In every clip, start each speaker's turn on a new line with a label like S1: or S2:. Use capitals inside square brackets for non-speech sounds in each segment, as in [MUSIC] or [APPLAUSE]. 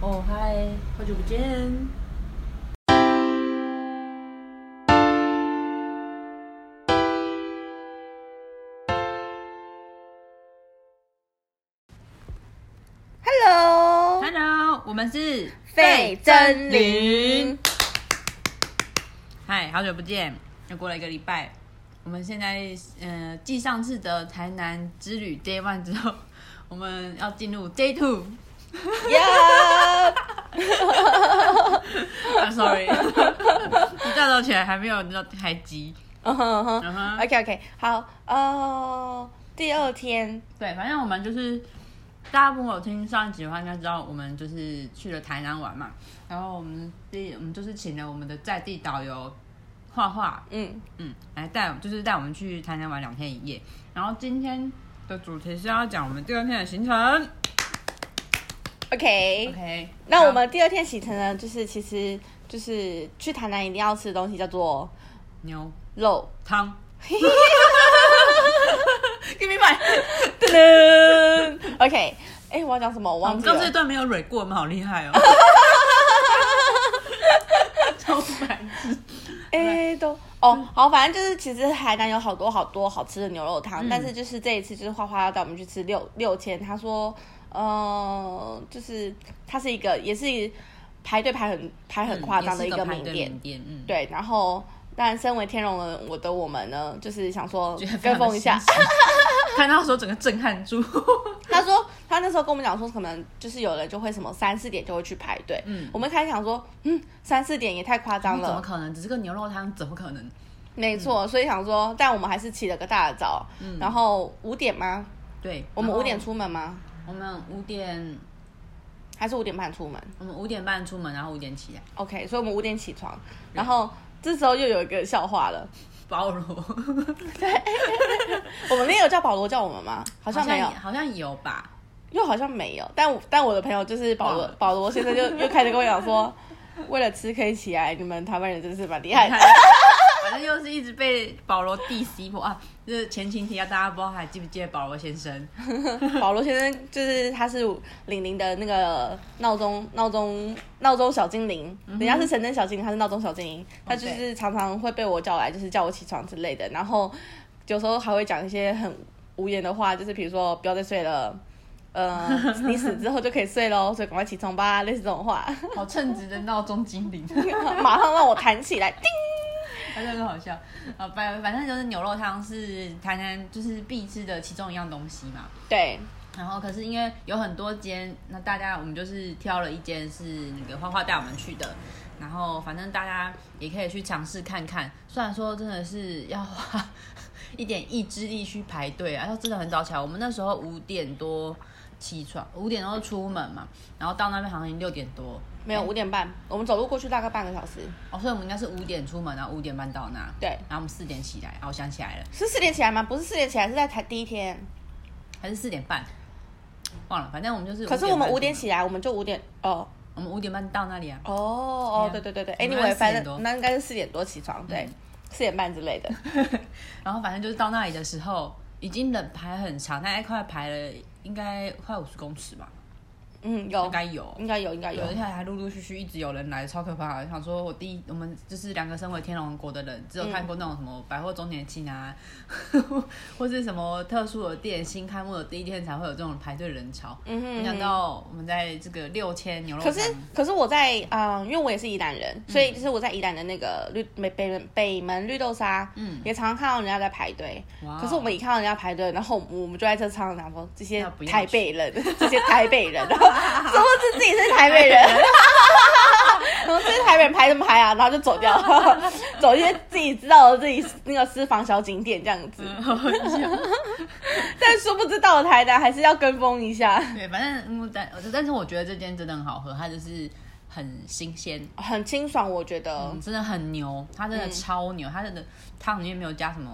S1: 哦嗨，好久不见。
S2: Hello，
S1: Hello，我们是
S2: 费真林。
S1: 嗨，好久不见，又过了一个礼拜。我们现在呃，继上次的台南之旅 Day One 之后，我们要进入 Day Two。
S2: [LAUGHS] 呀，
S1: [LAUGHS] I'm 啊 sorry，一大早起来还没有那台机。
S2: 嗯哼
S1: 嗯
S2: 哼
S1: 哼
S2: ，OK OK，好哦。第二天，
S1: 对，反正我们就是大家如果有听上一集的话，应该知道我们就是去了台南玩嘛。然后我们第我们就是请了我们的在地导游画画，
S2: 嗯，
S1: 嗯，来带就是带我们去台南玩两天一夜。然后今天的主题是要讲我们第二天的行程。
S2: OK，
S1: OK，
S2: 那我们第二天行程呢，就是其实就是去台南一定要吃的东西叫做
S1: 牛
S2: 肉，
S1: 汤。Give me my， [LAUGHS]
S2: 噔噔，OK，哎、我要讲什么？我
S1: 我
S2: 忘
S1: 们
S2: 记
S1: 哦刚这
S2: 了
S1: 一。段没有蕊过，我们好厉
S2: [LAUGHS]
S1: 害哦。超白痴。
S2: 哎、都
S1: 嗯
S2: 哦，好，反正就是其实海南有好多好多好吃的牛肉汤，
S1: 嗯
S2: 但是就是这一次就是花花要带我们去吃六六千，他说，呃，就是它是一个也是排队排很排很夸张的
S1: 嗯也
S2: 一
S1: 是
S2: 个
S1: 排
S2: 名
S1: 队
S2: 店，
S1: 名店，嗯，
S2: 对，然后。但身为天龙人，我的我们呢，就是想说
S1: 觉得非
S2: 跟
S1: 常的
S2: 风一下
S1: 新。奇， [LAUGHS] 看到的时候整个震撼住，
S2: 他说他那时候跟我们讲说，可能就是有人就会什么三四点就会去排队。
S1: 嗯
S2: 我们一开始想说，嗯，三四点也太夸张
S1: [LAUGHS]
S2: 了，
S1: 怎么可能？只是个牛肉汤，怎么可能？
S2: 没错，所以想说，但我们还是起了个大早，
S1: 嗯
S2: 然后五点吗？
S1: 对，
S2: 我们
S1: 然后
S2: 五点，出门吗？
S1: 我们五点，
S2: 还是五点半出门
S1: 我们五点半出门，然后五点起来，
S2: ？OK，所以我们五点起床，
S1: 嗯
S2: 然后这时候又有一个笑话了。
S1: 包罗，
S2: 我们那个叫保罗叫我们吗？ [LAUGHS] 好像没有，
S1: 好像有吧？
S2: 又好像没有。但我但我的朋友就是保罗
S1: 忘了
S2: 保罗先生就又开始跟我
S1: [LAUGHS]
S2: 讲说，为了吃可以起来，你们台湾人真是蛮厉害
S1: 你看
S2: 的。
S1: 反正又是一直被保罗 diss 破啊！就是前情提要，大家不知道还记不记得保罗先生？
S2: 保罗先生就是他是玲玲的那个闹钟闹钟闹钟小精灵，人家是神灯小精灵，他是闹钟小精灵，他就是常常会被我叫来，就是叫我起床之类的，然后有时候还会讲一些很无言的话，就是比如说不要再睡了。呃，你死之后就可以睡喽，所以赶快起床吧，类似这种话， [LAUGHS]
S1: 好称职的闹钟精灵，
S2: 马上让我弹起来，叮！
S1: 他真的很好笑啊！反反正就是牛肉汤是台南就是必吃的其中一样东西嘛。
S2: 对，
S1: 然后可是因为有很多间，那大家我们就是挑了一间是那个花花带我们去的，然后反正大家也可以去尝试看看。虽然说真的是要花一点意志力去排队啊，要真的很早起来。我们那时候五点多起床，五点多出门嘛，然后到那边好像已经六点多
S2: 没有五点半，我们走路过去大概半个小时，
S1: 哦，所以我们应该是五点出门，然后五点半到那，
S2: 对
S1: 然后我们四点起来，哦，我想起来了，
S2: 是四点起来吗？不是四点起来，是在台第一天。
S1: 还是四点半，忘了，反正我们就是。
S2: 可是我们五点
S1: 起，
S2: 起来，我们就五点哦，
S1: 我们五点半到那里啊。 [LAUGHS]
S2: 哦哦，对对对对
S1: 我们
S2: ，anyway，
S1: 是
S2: 反
S1: 4点多嗯
S2: 正那应该是四点多起床，对，四、点半之类
S1: [LAUGHS]
S2: 的。
S1: 然后反正就是到那里的时候，已经人排很长，大概快排了应该快五十公尺吧，
S2: 嗯，
S1: 应
S2: 有，
S1: 该有。
S2: 应该有，应该有
S1: 有一。天还陆陆续续一直有人来，超可怕的。想说我第一，我们就是两个身为天龙国的人，只有看过那种什
S2: 嗯
S1: 么百货周年庆啊， [LAUGHS] 或是什么特殊的店新开幕的第一天才会有这种排队人潮。
S2: 嗯哼
S1: 没想到我们在这个六千牛肉
S2: 可
S1: 汤，
S2: 是，可是我在啊、呃因为我也是宜兰人，
S1: 嗯
S2: 所以就是我在宜兰的那个绿北北门北门绿豆沙，
S1: 嗯
S2: 也常常看到人家在排队。
S1: 哇哦
S2: 可是
S1: [LAUGHS]
S2: 我们一 [LAUGHS] 看到人家排队，然后我们就在这常常讲说这些
S1: 那不要去
S2: 台北人， [LAUGHS] 这些台北人， [LAUGHS] 然后说是自己是台北人， [LAUGHS] 然后这些台北人排什么排啊，然后就走掉， [LAUGHS] 走一些自己知道的自己那个私房小景点这样子。
S1: 好笑
S2: 但殊不知到了台南还是要跟风一下，
S1: 对，反正嗯但但是我觉得这间真的很好喝，它就是很新鲜，
S2: 很清爽，我觉得。
S1: 嗯真的很牛，它真的
S2: 嗯
S1: 超牛，它真的汤里面没有加什么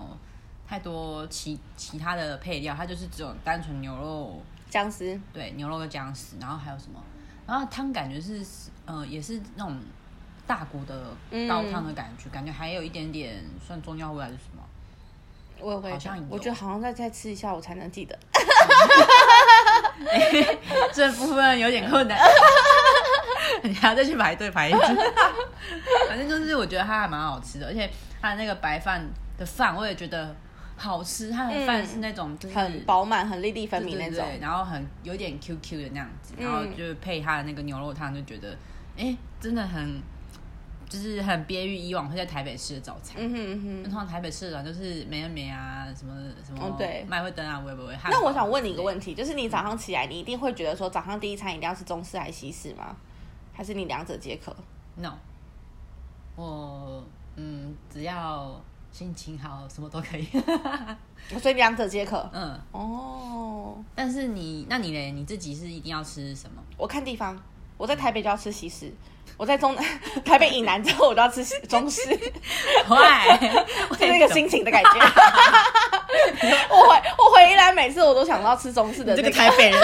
S1: 太多其其他的配料，它就是只有单纯牛肉，
S2: 僵尸，
S1: 对，牛肉跟姜丝，然后还有什么，然后汤感觉是呃也是那种大骨的
S2: 嗯
S1: 高汤的感觉，感觉还有一点点算中药味还是什么，
S2: 我也会
S1: 好像有
S2: 我觉得好像再再吃一下我才能记得。
S1: [LAUGHS]
S2: [LAUGHS]
S1: 这部分有点困难。你还要再去排队排一次。 [LAUGHS] 反正就是我觉得它还蛮好吃的，而且它的那个白饭的饭我也觉得好吃，它的饭是那种就是、
S2: 嗯很饱满、很粒粒分明
S1: 对
S2: 那
S1: 对
S2: 种。
S1: 对，然后很有点 QQ 的那样子，然后
S2: 嗯
S1: 就是配它的那个牛肉汤，就觉得哎、诶真的很就是很别于以往会在台北吃的早餐。
S2: 嗯哼嗯哼
S1: 那。通常台北市长就是美而美啊，什么什么，
S2: 哦对
S1: 麦惠登啊，我也不会。
S2: 那我想问你一个问
S1: 题，
S2: 题，就是你早上起来，你一定会觉得说早上第一餐一定要是中式还是西式吗？还是你两者皆可？
S1: no，我嗯，只要心情好，什么都可以。 [LAUGHS]
S2: 所以两者皆可。
S1: 嗯，
S2: 哦，
S1: 但是你，那你嘞，你自己是一定要吃什 [LAUGHS] 么？
S2: 我看地方，我在台北就要吃西式，我在中 [LAUGHS] 台北以南之后我都要吃西中式，
S1: 坏，
S2: 就那个心情的感 [LAUGHS] 觉。我回我回宜兰，每次我都想到吃中式的、
S1: 你
S2: 那
S1: 这个台 [LAUGHS] 北人，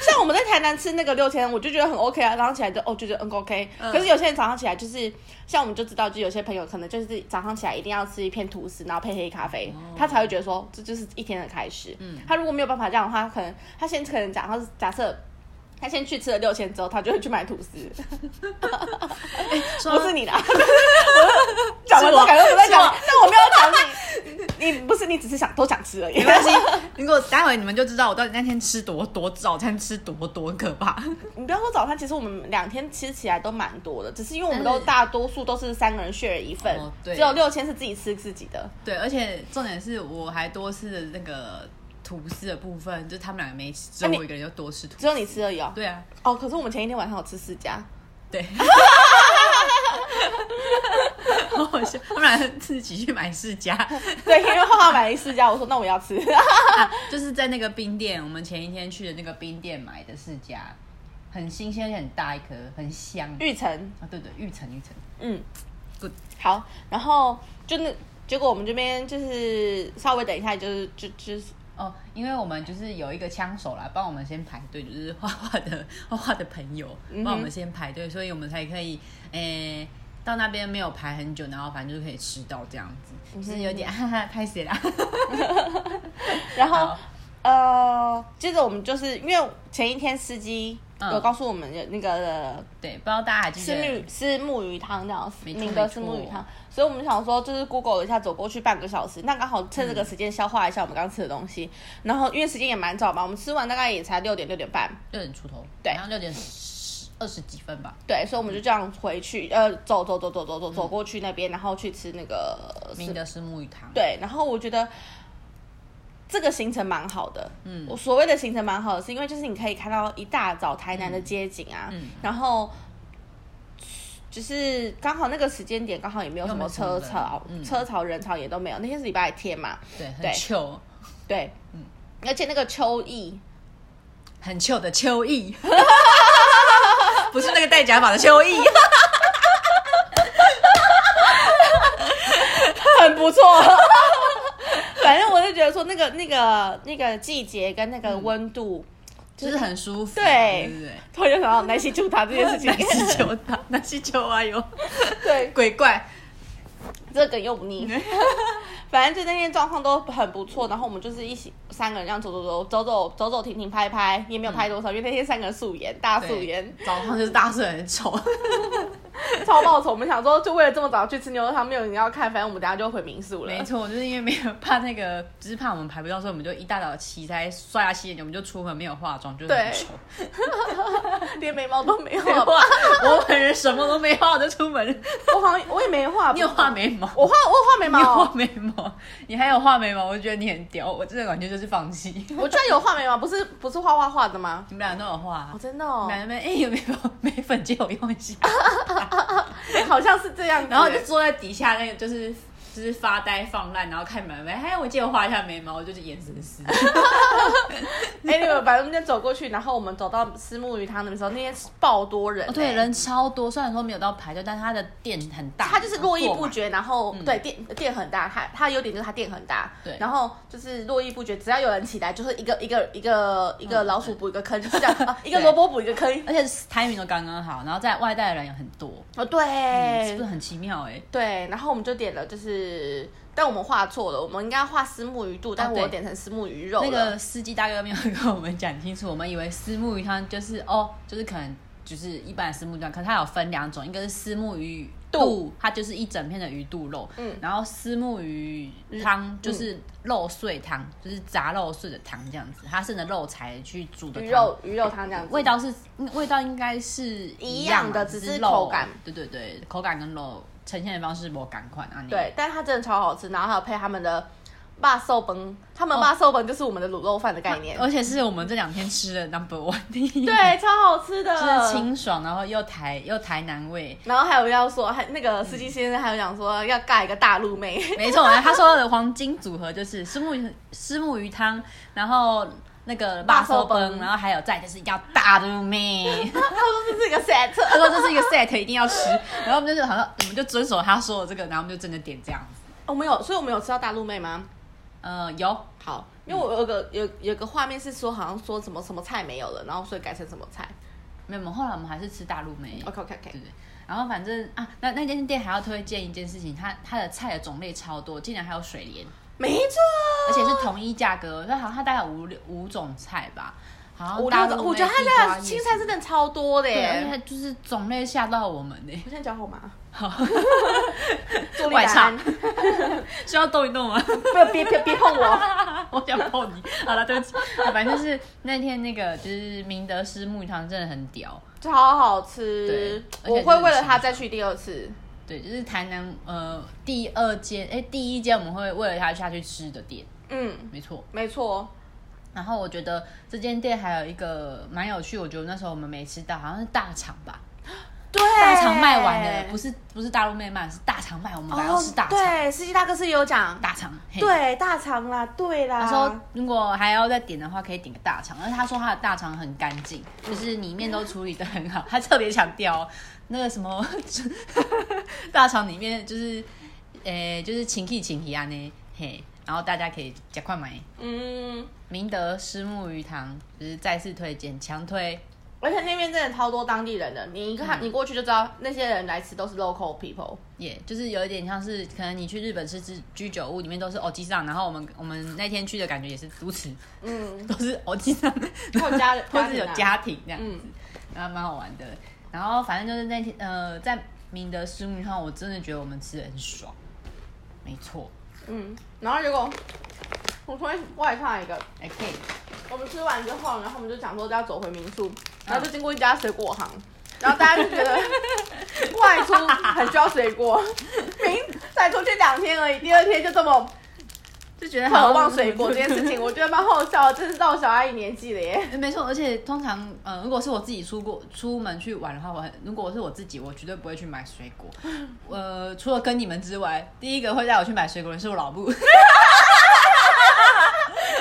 S2: 像我们在台南吃那个六千，我就觉得很 OK 啊，早上起来就哦就觉得嗯 OK，、可是有些人早上起来就是像我们就知道，就有些朋友可能就是早上起来一定要吃一片吐司，然后配黑咖啡，他才会觉得说这就是一天的开始。哦嗯，他如果没有办法这样的话，他可能他先可能假他假设。他先去吃了六千之后，他就会去买吐司，
S1: 说
S2: 不是你的啊，我讲完之后感觉 [LAUGHS] 我在讲你，但我没有讲你，你 [LAUGHS] 不是你只是想都想吃而已
S1: 没。关系。如果待会你们就知道我到底那天吃多多早餐吃多多可怕。
S2: [LAUGHS] 你不要说早餐，其实我们两天吃起来都蛮多的，只是因为我们
S1: 但
S2: 都
S1: 是
S2: 大多数都是三个人 share 一份，
S1: 哦对
S2: 只有六千是自己吃自己的。
S1: 对，而且重点是我还多吃了那个吐司的部分，就是他们两个没吃，只有
S2: 那你
S1: 我一个人就多吃吐
S2: 只
S1: 司。
S2: 有你吃而已哦。
S1: 对啊，
S2: 哦，可是我们前一天晚上有吃四家， [LAUGHS]
S1: 对。好好笑，他们俩自己去买世家，
S2: 对，因为浩浩买了四家，我说那我要吃， [LAUGHS]
S1: 就是在那个冰店，我们前一天去的那个冰店买的世家，很新鲜，而且很大一颗，很香。
S2: 玉成，
S1: 啊，对对，玉成玉成，
S2: 嗯
S1: Good
S2: 好，然后就那结果我们这边就是稍微等一下，就是就就是
S1: 哦，因为我们就是有一个枪手啦，帮我们先排队，就是画画的画画的朋友帮我们先排队，所以我们才可以诶。到那边没有排很久，然后反正就是可以吃到这样子，就是有点哈哈拍谁啦。 [LAUGHS]
S2: 然后
S1: 好
S2: 呃，接着我们就是因为前一天司机
S1: 嗯
S2: 有告诉我们有那个
S1: 对，不知道大家还记
S2: 是
S1: 得
S2: 木是木鱼汤这样，
S1: 没错
S2: 明德是木鱼汤，所以我们想说就是 Google 了一下，走过去半个小时，那刚好趁这个时间消化一下我们刚吃的东西。然后因为时间也蛮早嘛，我们吃完大概也才六点六点半，
S1: 六点出头，
S2: 对
S1: 然后六点十二十几分吧。
S2: 对，所以我们就这样回去，呃，走走走走走走走过去那边，然后去吃那个
S1: 明德是木鱼汤，，
S2: 对，然后我觉得这个行程蛮好的。
S1: 嗯
S2: 嗯，我所谓的行程蛮好的，是因为就是你可以看到一大早台南的街景啊，
S1: 嗯嗯
S2: 然后。就是刚好那个时间点，刚好也没有什么
S1: 又
S2: 车潮，
S1: 没什么人嗯
S2: 车潮人潮也都没有。那天是礼拜天嘛，
S1: 对，很
S2: 对
S1: 秋，
S2: 对，
S1: 嗯
S2: 而且那个秋
S1: [LAUGHS]
S2: 意，
S1: 很秋的秋意， [LAUGHS] 不是那个戴假发的秋
S2: [LAUGHS]
S1: 意。
S2: 很不错。反正我就觉得说，那个那个那个季节跟那个温度，
S1: 就是很舒服，
S2: 对
S1: 对不对？
S2: 突然就想到南溪煮它这件事
S1: [LAUGHS]
S2: 情
S1: 南。西球打，南西球啊有
S2: 对，
S1: 鬼怪，
S2: 这个又
S1: [LAUGHS]
S2: 不腻。反正就那天状况都很不错，然后我们就是一起三个人这样走走走走走走走停停拍拍，也没有拍多少，因为那天三个人素颜大素颜，
S1: 早上就是大睡很丑，
S2: [LAUGHS] 超爆丑。我们想说，就为了这么早去吃牛肉汤，没有人要看，反正我们等下就回民宿了
S1: 没。错，就是因为没有怕那个，只是怕我们排不到，所以我们就一大早起来刷牙洗脸，我们就出门没有化妆，就是很
S2: 对
S1: 丑。
S2: 连眉毛都没有，
S1: 我我本人什么都没化我就出门，
S2: [LAUGHS] 我好像我也没画，
S1: 你有画？眉
S2: [LAUGHS]
S1: 毛？
S2: 我画我有画眉
S1: 你有
S2: 毛
S1: 画，眉毛？你还有画眉毛？我觉得你很屌，我真的完全就是放弃。你
S2: 我居然有画眉毛，不是不是画画画的吗？
S1: 们俩都有画啊、
S2: 哦，真的哦，
S1: 买那边哎有没有眉粉借我用一 [LAUGHS] 下？
S2: 哎好像是这样子。
S1: 然后就坐在底下那个就是就是发呆放烂，然后看妹妹，哎，我借我画一下眉毛，我就是眼神死。
S2: [LAUGHS] anyway，反正我们就走过去，然后我们走到私木鱼汤的时候，那天爆多人、
S1: 哦，对，
S2: 欸
S1: 人超多，虽然说没有到排队，但是它的店很大，
S2: 它就是络绎不绝，然后、
S1: 嗯
S2: 对店店很大，它它的优点就是它店很大，
S1: 对
S2: 然后就是络绎不绝，只要有人起来，就是一个一个一个一
S1: 嗯
S2: 个老鼠补一个坑，
S1: [LAUGHS]
S2: 就是这样，啊一个萝卜补一个坑，
S1: 坐满，而且排名都刚刚好，然后在外带的人也很多，[LAUGHS] 嗯
S2: 哦
S1: 是
S2: 对
S1: 不是很奇妙哎、
S2: 对，然后我们就点了就是是，但我们画错了，我们应该画丝木鱼肚，但
S1: 对
S2: 我点成丝木鱼肉了。
S1: 那个司机大哥没有跟我们讲清楚，我们以为丝木鱼汤就是哦，就是可能就是一般的丝木鱼汤，可是它有分两种，一个是丝木鱼肚，它就是一整片的鱼肚肉，
S2: 嗯
S1: 然后丝木鱼汤就是肉碎汤，就是炸肉碎的汤这样子，它是拿肉材去煮的
S2: 鱼
S1: 汤。
S2: 肉鱼肉汤这样子，
S1: 味道是嗯味道应该是
S2: 一
S1: 样
S2: 样
S1: 嘛
S2: 的
S1: 只
S2: 只是
S1: 肉
S2: 口感，
S1: 对对对，口感跟肉呈现的方式我赶快啊，你
S2: 对，但是它真的超好吃，然后还有配他们的霸寿崩，他们
S1: 哦
S2: 霸寿崩就是我们的卤肉饭的概念，
S1: 而且是我们这两天吃的 number one 第一，
S2: 对，超好吃的，
S1: 就是清爽，然后又台又台南味。
S2: 然后还有要说，还那个司机先生还有讲说要盖一个大陆妹， [LAUGHS]
S1: 没错，他说的黄金组合就是石木鱼石木鱼汤，然后那个
S2: 肉
S1: 辣
S2: 包
S1: 烧
S2: 饭
S1: 崩，然后还有再就是一定要大的妹。 [LAUGHS]
S2: 他说这是一个 set，
S1: 他说这是一个 set，一定要吃。然后我们就是好像我们就遵守他说的这个，然后我们就真的点这样子。
S2: 我们哦有，所以我们有吃到大陆妹吗？
S1: 呃，有
S2: 好，因为我有个有有个画面是说好像说什么什么菜没有了，然后所以改成什么菜
S1: 没有？我们后来我们还是吃大陆妹。
S2: ，OK OK OK，
S1: 对对。然后反正啊，那那间店还要推荐一件事情，它它的菜的种类超多，竟然还有水莲，
S2: 没错，
S1: 而且是同一价格。那好像它大概有五六五种菜吧，好像
S2: 我
S1: 大
S2: 那
S1: 陆
S2: 个
S1: 妹
S2: 我觉得
S1: 地
S2: 他
S1: 瓜
S2: 的
S1: 叶
S2: 青
S1: 什
S2: 菜
S1: 么
S2: 真的超多的
S1: 对，而且
S2: 耶
S1: 它，就是种类吓到我们呢。
S2: 我现在脚好麻，
S1: 好，
S2: 坐立
S1: 晚
S2: 难
S1: 上
S2: 安，
S1: 需要动一动吗？
S2: [LAUGHS] 不要别别别碰我。
S1: [LAUGHS] 我想碰你。好了，对不起。啊反正就是那天那个就是明德师木鱼汤真的很屌，
S2: 超好吃，
S1: 对
S2: 我会为了它再去第二次。
S1: 对，就是台南呃第二间哎第一间我们会为了它下去吃的店，
S2: 嗯，
S1: 没错。
S2: 没错，
S1: 然后我觉得这间店还有一个蛮有趣，我觉得那时候我们没吃到，好像是大肠吧，
S2: 对，
S1: 大肠卖完了，不是不是大陆妹卖，是大肠卖，我们
S2: 哎哦
S1: 本来要吃大肠，
S2: 对，司机大哥是有讲，
S1: 大肠，嘿。
S2: 对啊大肠啦，对啦。
S1: 他说如果还要再点的话，可以点个大肠，但是他说他的大肠很干净，
S2: 嗯
S1: 就是里面都处理的很好，他特别强调哦 [LAUGHS] 那个什么大肠里面就是，诶、就是清气清气安呢，嘿，然后大家可以加快买
S2: 嗯，
S1: 明德虱目鱼汤，就是再次推荐，强推，
S2: 而且那边真的超多当地人的，你一看、你过去就知道，那些人来吃都是 local people。
S1: 也、就是有一点像是可能你去日本吃居居酒屋里面都是欧哦鸡上，然后我们我们那天去的感觉也是如此，
S2: 嗯，
S1: 都是欧鸡上，
S2: 还有家人，
S1: [LAUGHS] 或是有
S2: 人啊，
S1: 家庭这样。
S2: 嗯，
S1: 然后蛮好玩的。然后反正就是那天呃，在明德食物上，我真的觉得我们吃的很爽。没错，
S2: 嗯，然后结果我突然外唱一个，
S1: 还哎可以。
S2: 我们吃完之后，然后我们就想说要走回民宿，然后就经过一家水果行，然后大家就觉得外出很需要水果，明才出去两天而已，第二天就这么
S1: 就觉得
S2: 渴
S1: 好
S2: 望水果这件事情，我觉得蛮好笑的，真是到小阿姨年纪了耶。
S1: 没错，而且通常，呃，如果是我自己出过出门去玩的话，我很如果是我自己，我绝对不会去买水 [LAUGHS] 果。呃，除了跟你们之外，第一个会带我去买水果的是我老布。 [LAUGHS]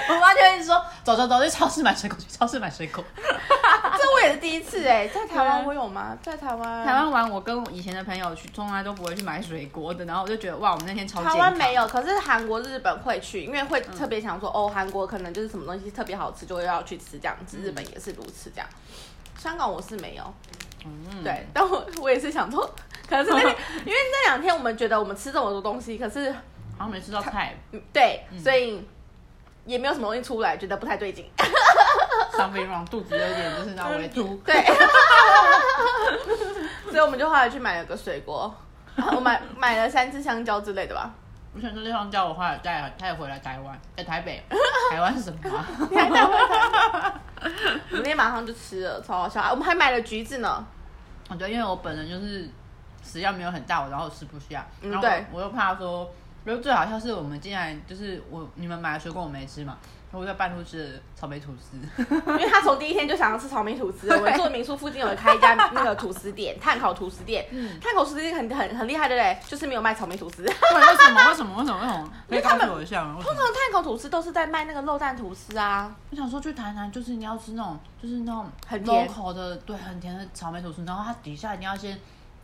S1: 我妈就会说：“走走走，去超市买水果，去超市买水果。”
S2: 这我也是第一次哎，在台湾我有吗？在台湾，
S1: 台湾玩，我跟我以前的朋友去，从来都不会去买水果的。然后我就觉得，哇，我们那天超健
S2: 台
S1: 康。
S2: 湾没有，可是韩国、日本会去，因为会特别想说，哦，韩国可能就是什么东西特别好吃，就会要去吃这样子。日本也是如此这样。香港我是没有，
S1: 嗯，
S2: 对， [LAUGHS] 但我我也是想说，可能是那天 [LAUGHS] 因为那两天我们觉得我们吃这么多东西，可是
S1: 好像没吃到菜，
S2: 嗯对，所以也没有什么东西出来，觉得不太对 [LAUGHS] 劲。
S1: something wrong，肚子有点就是那微
S2: [LAUGHS]
S1: 凸。
S2: 对，所以我们就后来去买了个水果，然后我买买了三只香蕉之类的吧。
S1: 我想说对方叫我话带，他也回来台湾，在台
S2: [LAUGHS]
S1: 北，台湾是什么、啊？
S2: 你还带回来？ [LAUGHS] 我们那天马上就吃了，超好笑！啊我们还买了橘子呢。
S1: 我觉得哦因为我本人就是食量没有很大，我然后吃不下，
S2: 嗯
S1: 然后我,、
S2: 对
S1: 我又怕说，然后最好笑是我们竟然就是我你们买的水果我没吃嘛，我在半路吃了草莓吐司， [LAUGHS]
S2: 因为他从第一天就想要吃草莓吐司了。我们
S1: 对
S2: 住的民宿附近有开一家那个吐司店，炭烤吐司店。炭烤吐司店很很很厉害的嘞，就是没有卖草莓吐司。通
S1: 对，为什么？为什么？为什么？为什么？可以告诉我一下吗？为什么？
S2: 常炭烤吐司都是在卖那个肉蛋吐司啊，
S1: 我想说去台南，就是你要吃那种，就是那种
S2: 很甜
S1: local 的，对，很甜的草莓吐司，然后它底下一定要先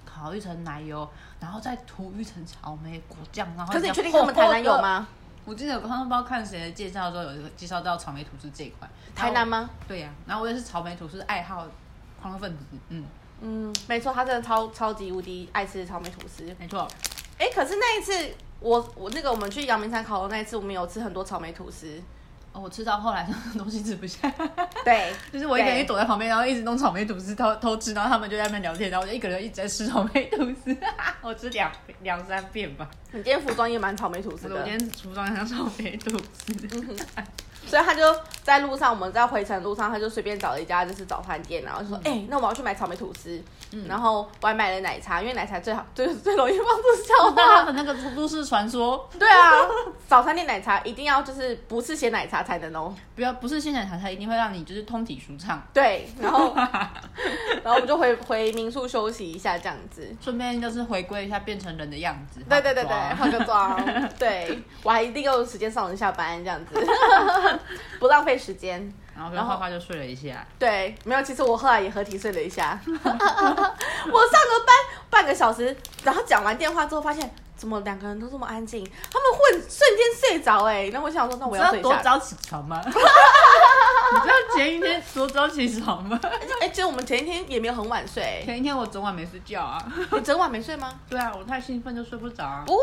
S1: 烤一层奶油，然后再涂一层草莓果酱，然后
S2: 可是
S1: 这
S2: 你
S1: 样
S2: 确定他们台南有？
S1: 厚厚的
S2: 吗？
S1: 我记得我刚刚不知道看谁的介绍的时候，有介绍到草莓吐司这一块，
S2: 台南？吗？
S1: 对呀、然后我也是草莓吐司爱好狂热分子，嗯，
S2: 嗯，没错，他真的超超级无敌爱吃草莓吐司。
S1: 没错，
S2: 哎、可是那一次我我那个我们去阳明山烤肉那一次，我们有吃很多草莓吐司。
S1: 哦，我吃到后来，东西吃不
S2: [LAUGHS]
S1: 下，
S2: 对，
S1: 就是我一个人躲在旁边，然后一直弄草莓吐司偷偷吃，然后他们就在那边聊天，然后我就一个人一直在吃草莓吐
S2: [LAUGHS]
S1: 司，我吃两两三片吧。
S2: 你今天服装也蛮草莓吐司
S1: 我
S2: 的
S1: 今。天厨房像草莓吐
S2: 嗯
S1: 司，
S2: 所以他就在路上，我们在回程路上，他就随便找了一家就是早餐店，然后就说：“哎、那我要去买草莓吐司。然后我还买了奶茶，因为奶茶最好最最容易放助
S1: [LAUGHS]
S2: 消
S1: 哦，那他
S2: [LAUGHS] 化。
S1: 们那个都市传说，
S2: 啊对啊，早餐店奶茶一定要就是不是鲜奶茶才能哦。
S1: 不要不是现奶茶，它一定会让你就是通体舒
S2: [LAUGHS]
S1: 畅，
S2: 对，然后然后我们就回回民宿休息一下这样子。
S1: 顺便就是回归一下变成人的样子。
S2: 对对对对，
S1: 化
S2: 化
S1: 妆
S2: 个 [LAUGHS] 妆，对我还一定有时间上人下班这样子， [LAUGHS] 不浪费时间。
S1: [LAUGHS] 然后
S2: 然
S1: 跟
S2: 后
S1: 画画就睡了一下。
S2: 对，没有，其实我后来也合体睡了一下。 [LAUGHS] 我上个班半个小时，然后讲完电话之后发现，怎么两个人都这么安静？他们混瞬间睡着哎、欸，那我想说，那我
S1: 你
S2: 要
S1: 知
S2: 睡
S1: 道多
S2: 一下。
S1: 早起床 [LAUGHS] 吗？你知道前一天多早起床吗？
S2: 哎、其实我们前一天也没有很晚睡、欸，
S1: [LAUGHS] 前一天我整晚没睡觉啊。
S2: 你整晚没睡吗？
S1: 对啊，我太兴奋就睡不着啊。
S2: 不，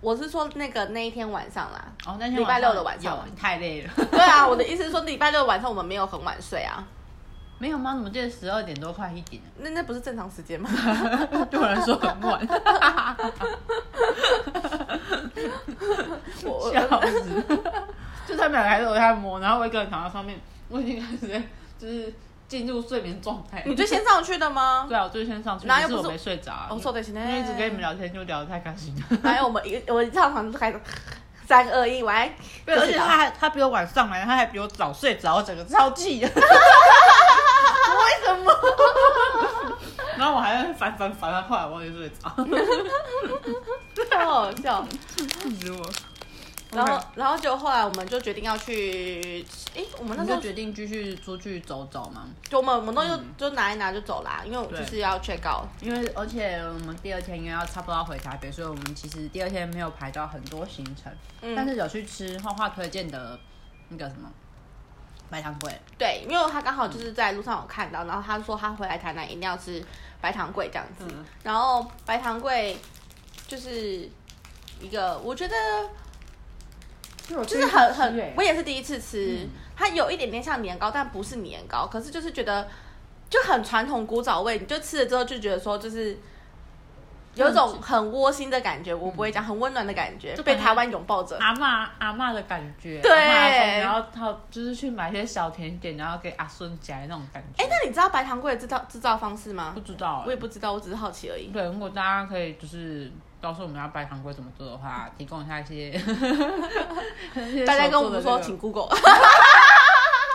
S2: 我是说那个那一天晚上啦。
S1: 哦，那天
S2: 礼拜六的晚上
S1: 有你太累 [LAUGHS] 了。
S2: 对啊，我的意思是说礼拜六晚上我们没有很晚睡啊，
S1: 没有吗？怎么记得十二点多快一 [LAUGHS] 点？
S2: 那那不是正常
S1: [LAUGHS]
S2: 时间吗？
S1: 对我来说很 [LAUGHS] 晚，
S2: 我我
S1: 笑死。 [LAUGHS] 就他们两个还是我在摸，然后我一个人躺在上面，我已经开始在就是进入睡眠状态。
S2: 你就先上去的吗？
S1: [LAUGHS] 对啊，我最先上去，
S2: 哪
S1: 但
S2: 有
S1: 是我
S2: 不是
S1: 没睡着啊。
S2: 我
S1: 因为
S2: 说的现
S1: 因为一直跟你
S2: 在
S1: 们，聊天就聊得太开心了。
S2: 还有我们一我一上床就开始 [LAUGHS] 三二一，喂。
S1: 对，
S2: 就
S1: 而
S2: 睡
S1: 且
S2: 着
S1: 他还他比我晚上来，他还比我早睡着，我整个超气 [LAUGHS] 的。为什 [LAUGHS] 么？然后我还在烦烦烦，后来我也睡着， [LAUGHS]
S2: [LAUGHS] 太好笑。
S1: 气死我。
S2: 然后，然后就后来我们就决定要去，诶，我们
S1: 我
S2: 那
S1: 们
S2: 时
S1: 就
S2: 候
S1: 决定继续出去走走嘛，
S2: 就我们我们东西就、就拿一拿就走啦，因为我
S1: 对
S2: 就是要 check out。
S1: 因为而且我们第二天应该要差不多要回台北，所以我们其实第二天没有排到很多行程，
S2: 嗯
S1: 但是有去吃画画推荐的那个什么白糖粿，
S2: 对，因为他刚好就是在路上有看到，然后他说他回来台南一定要吃白糖桂这样子。
S1: 嗯
S2: 然后白糖桂就是一个，我觉得就是很很，我也是第一次吃，
S1: 嗯
S2: 它有一点点像年糕，但不是年糕，可是就是觉得就很传统古早味，你就吃了之后就觉得说就是。有一种很窝心的感觉，我不会讲很温暖的感觉，
S1: 嗯就啊
S2: 被
S1: 感觉
S2: 台湾拥抱着。
S1: 阿嬷阿嬷的感觉，
S2: 对
S1: 阿嬷的风然后他就是去买一些小甜点，然后给阿孙夹那种感觉。
S2: 哎、那你知道白糖桂的制造制造方式吗
S1: 不？知道欸
S2: 我也不知道，我只是好奇而已。
S1: 对，如果大家可以就是告诉我们要白糖粿怎么做的 [LAUGHS] 话，提供一下一些，
S2: 大家跟我们说，
S1: 请。
S2: 请 Google。
S1: [LAUGHS]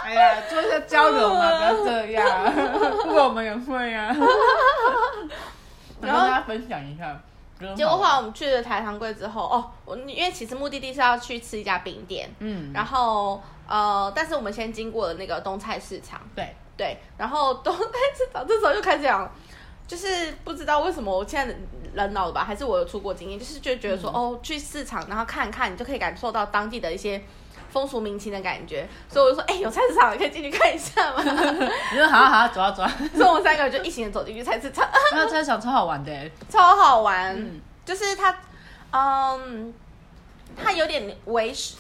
S1: 哎呀，做一下交流嘛，不要这 [LAUGHS] 样，不过我们也会啊。然
S2: 然
S1: 后
S2: 后
S1: 跟大家分享一下，觉得很好
S2: 结果后来我们去了台糖柜之后，哦，我因为其实目的地是要去吃一家饼店，
S1: 嗯，
S2: 然后呃，但是我们先经过了那个东菜市场，
S1: 对，
S2: 对，然后东菜市场这时候就开始讲，就是不知道为什么我现在人老了吧，还是我有出国经验，就是就觉得说、哦，去市场然后看看，你就可以感受到当地的一些。风俗民情的感觉，所以我就说，哎、有菜市场，可以进去看一下吗？
S1: 你说好啊好啊，走啊 [LAUGHS] 走啊，
S2: 所以我们三个人就一行人走 [LAUGHS] 进去菜市场，
S1: 那真的想超好玩的欸，
S2: 超好玩，
S1: 嗯
S2: 就是它，嗯，它有点为室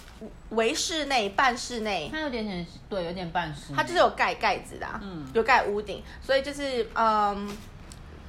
S2: 为室内半室内，
S1: 它有点点对，有点半湿，
S2: 它就是有盖盖子的、啊，
S1: 嗯
S2: 有盖屋顶，所以就是嗯。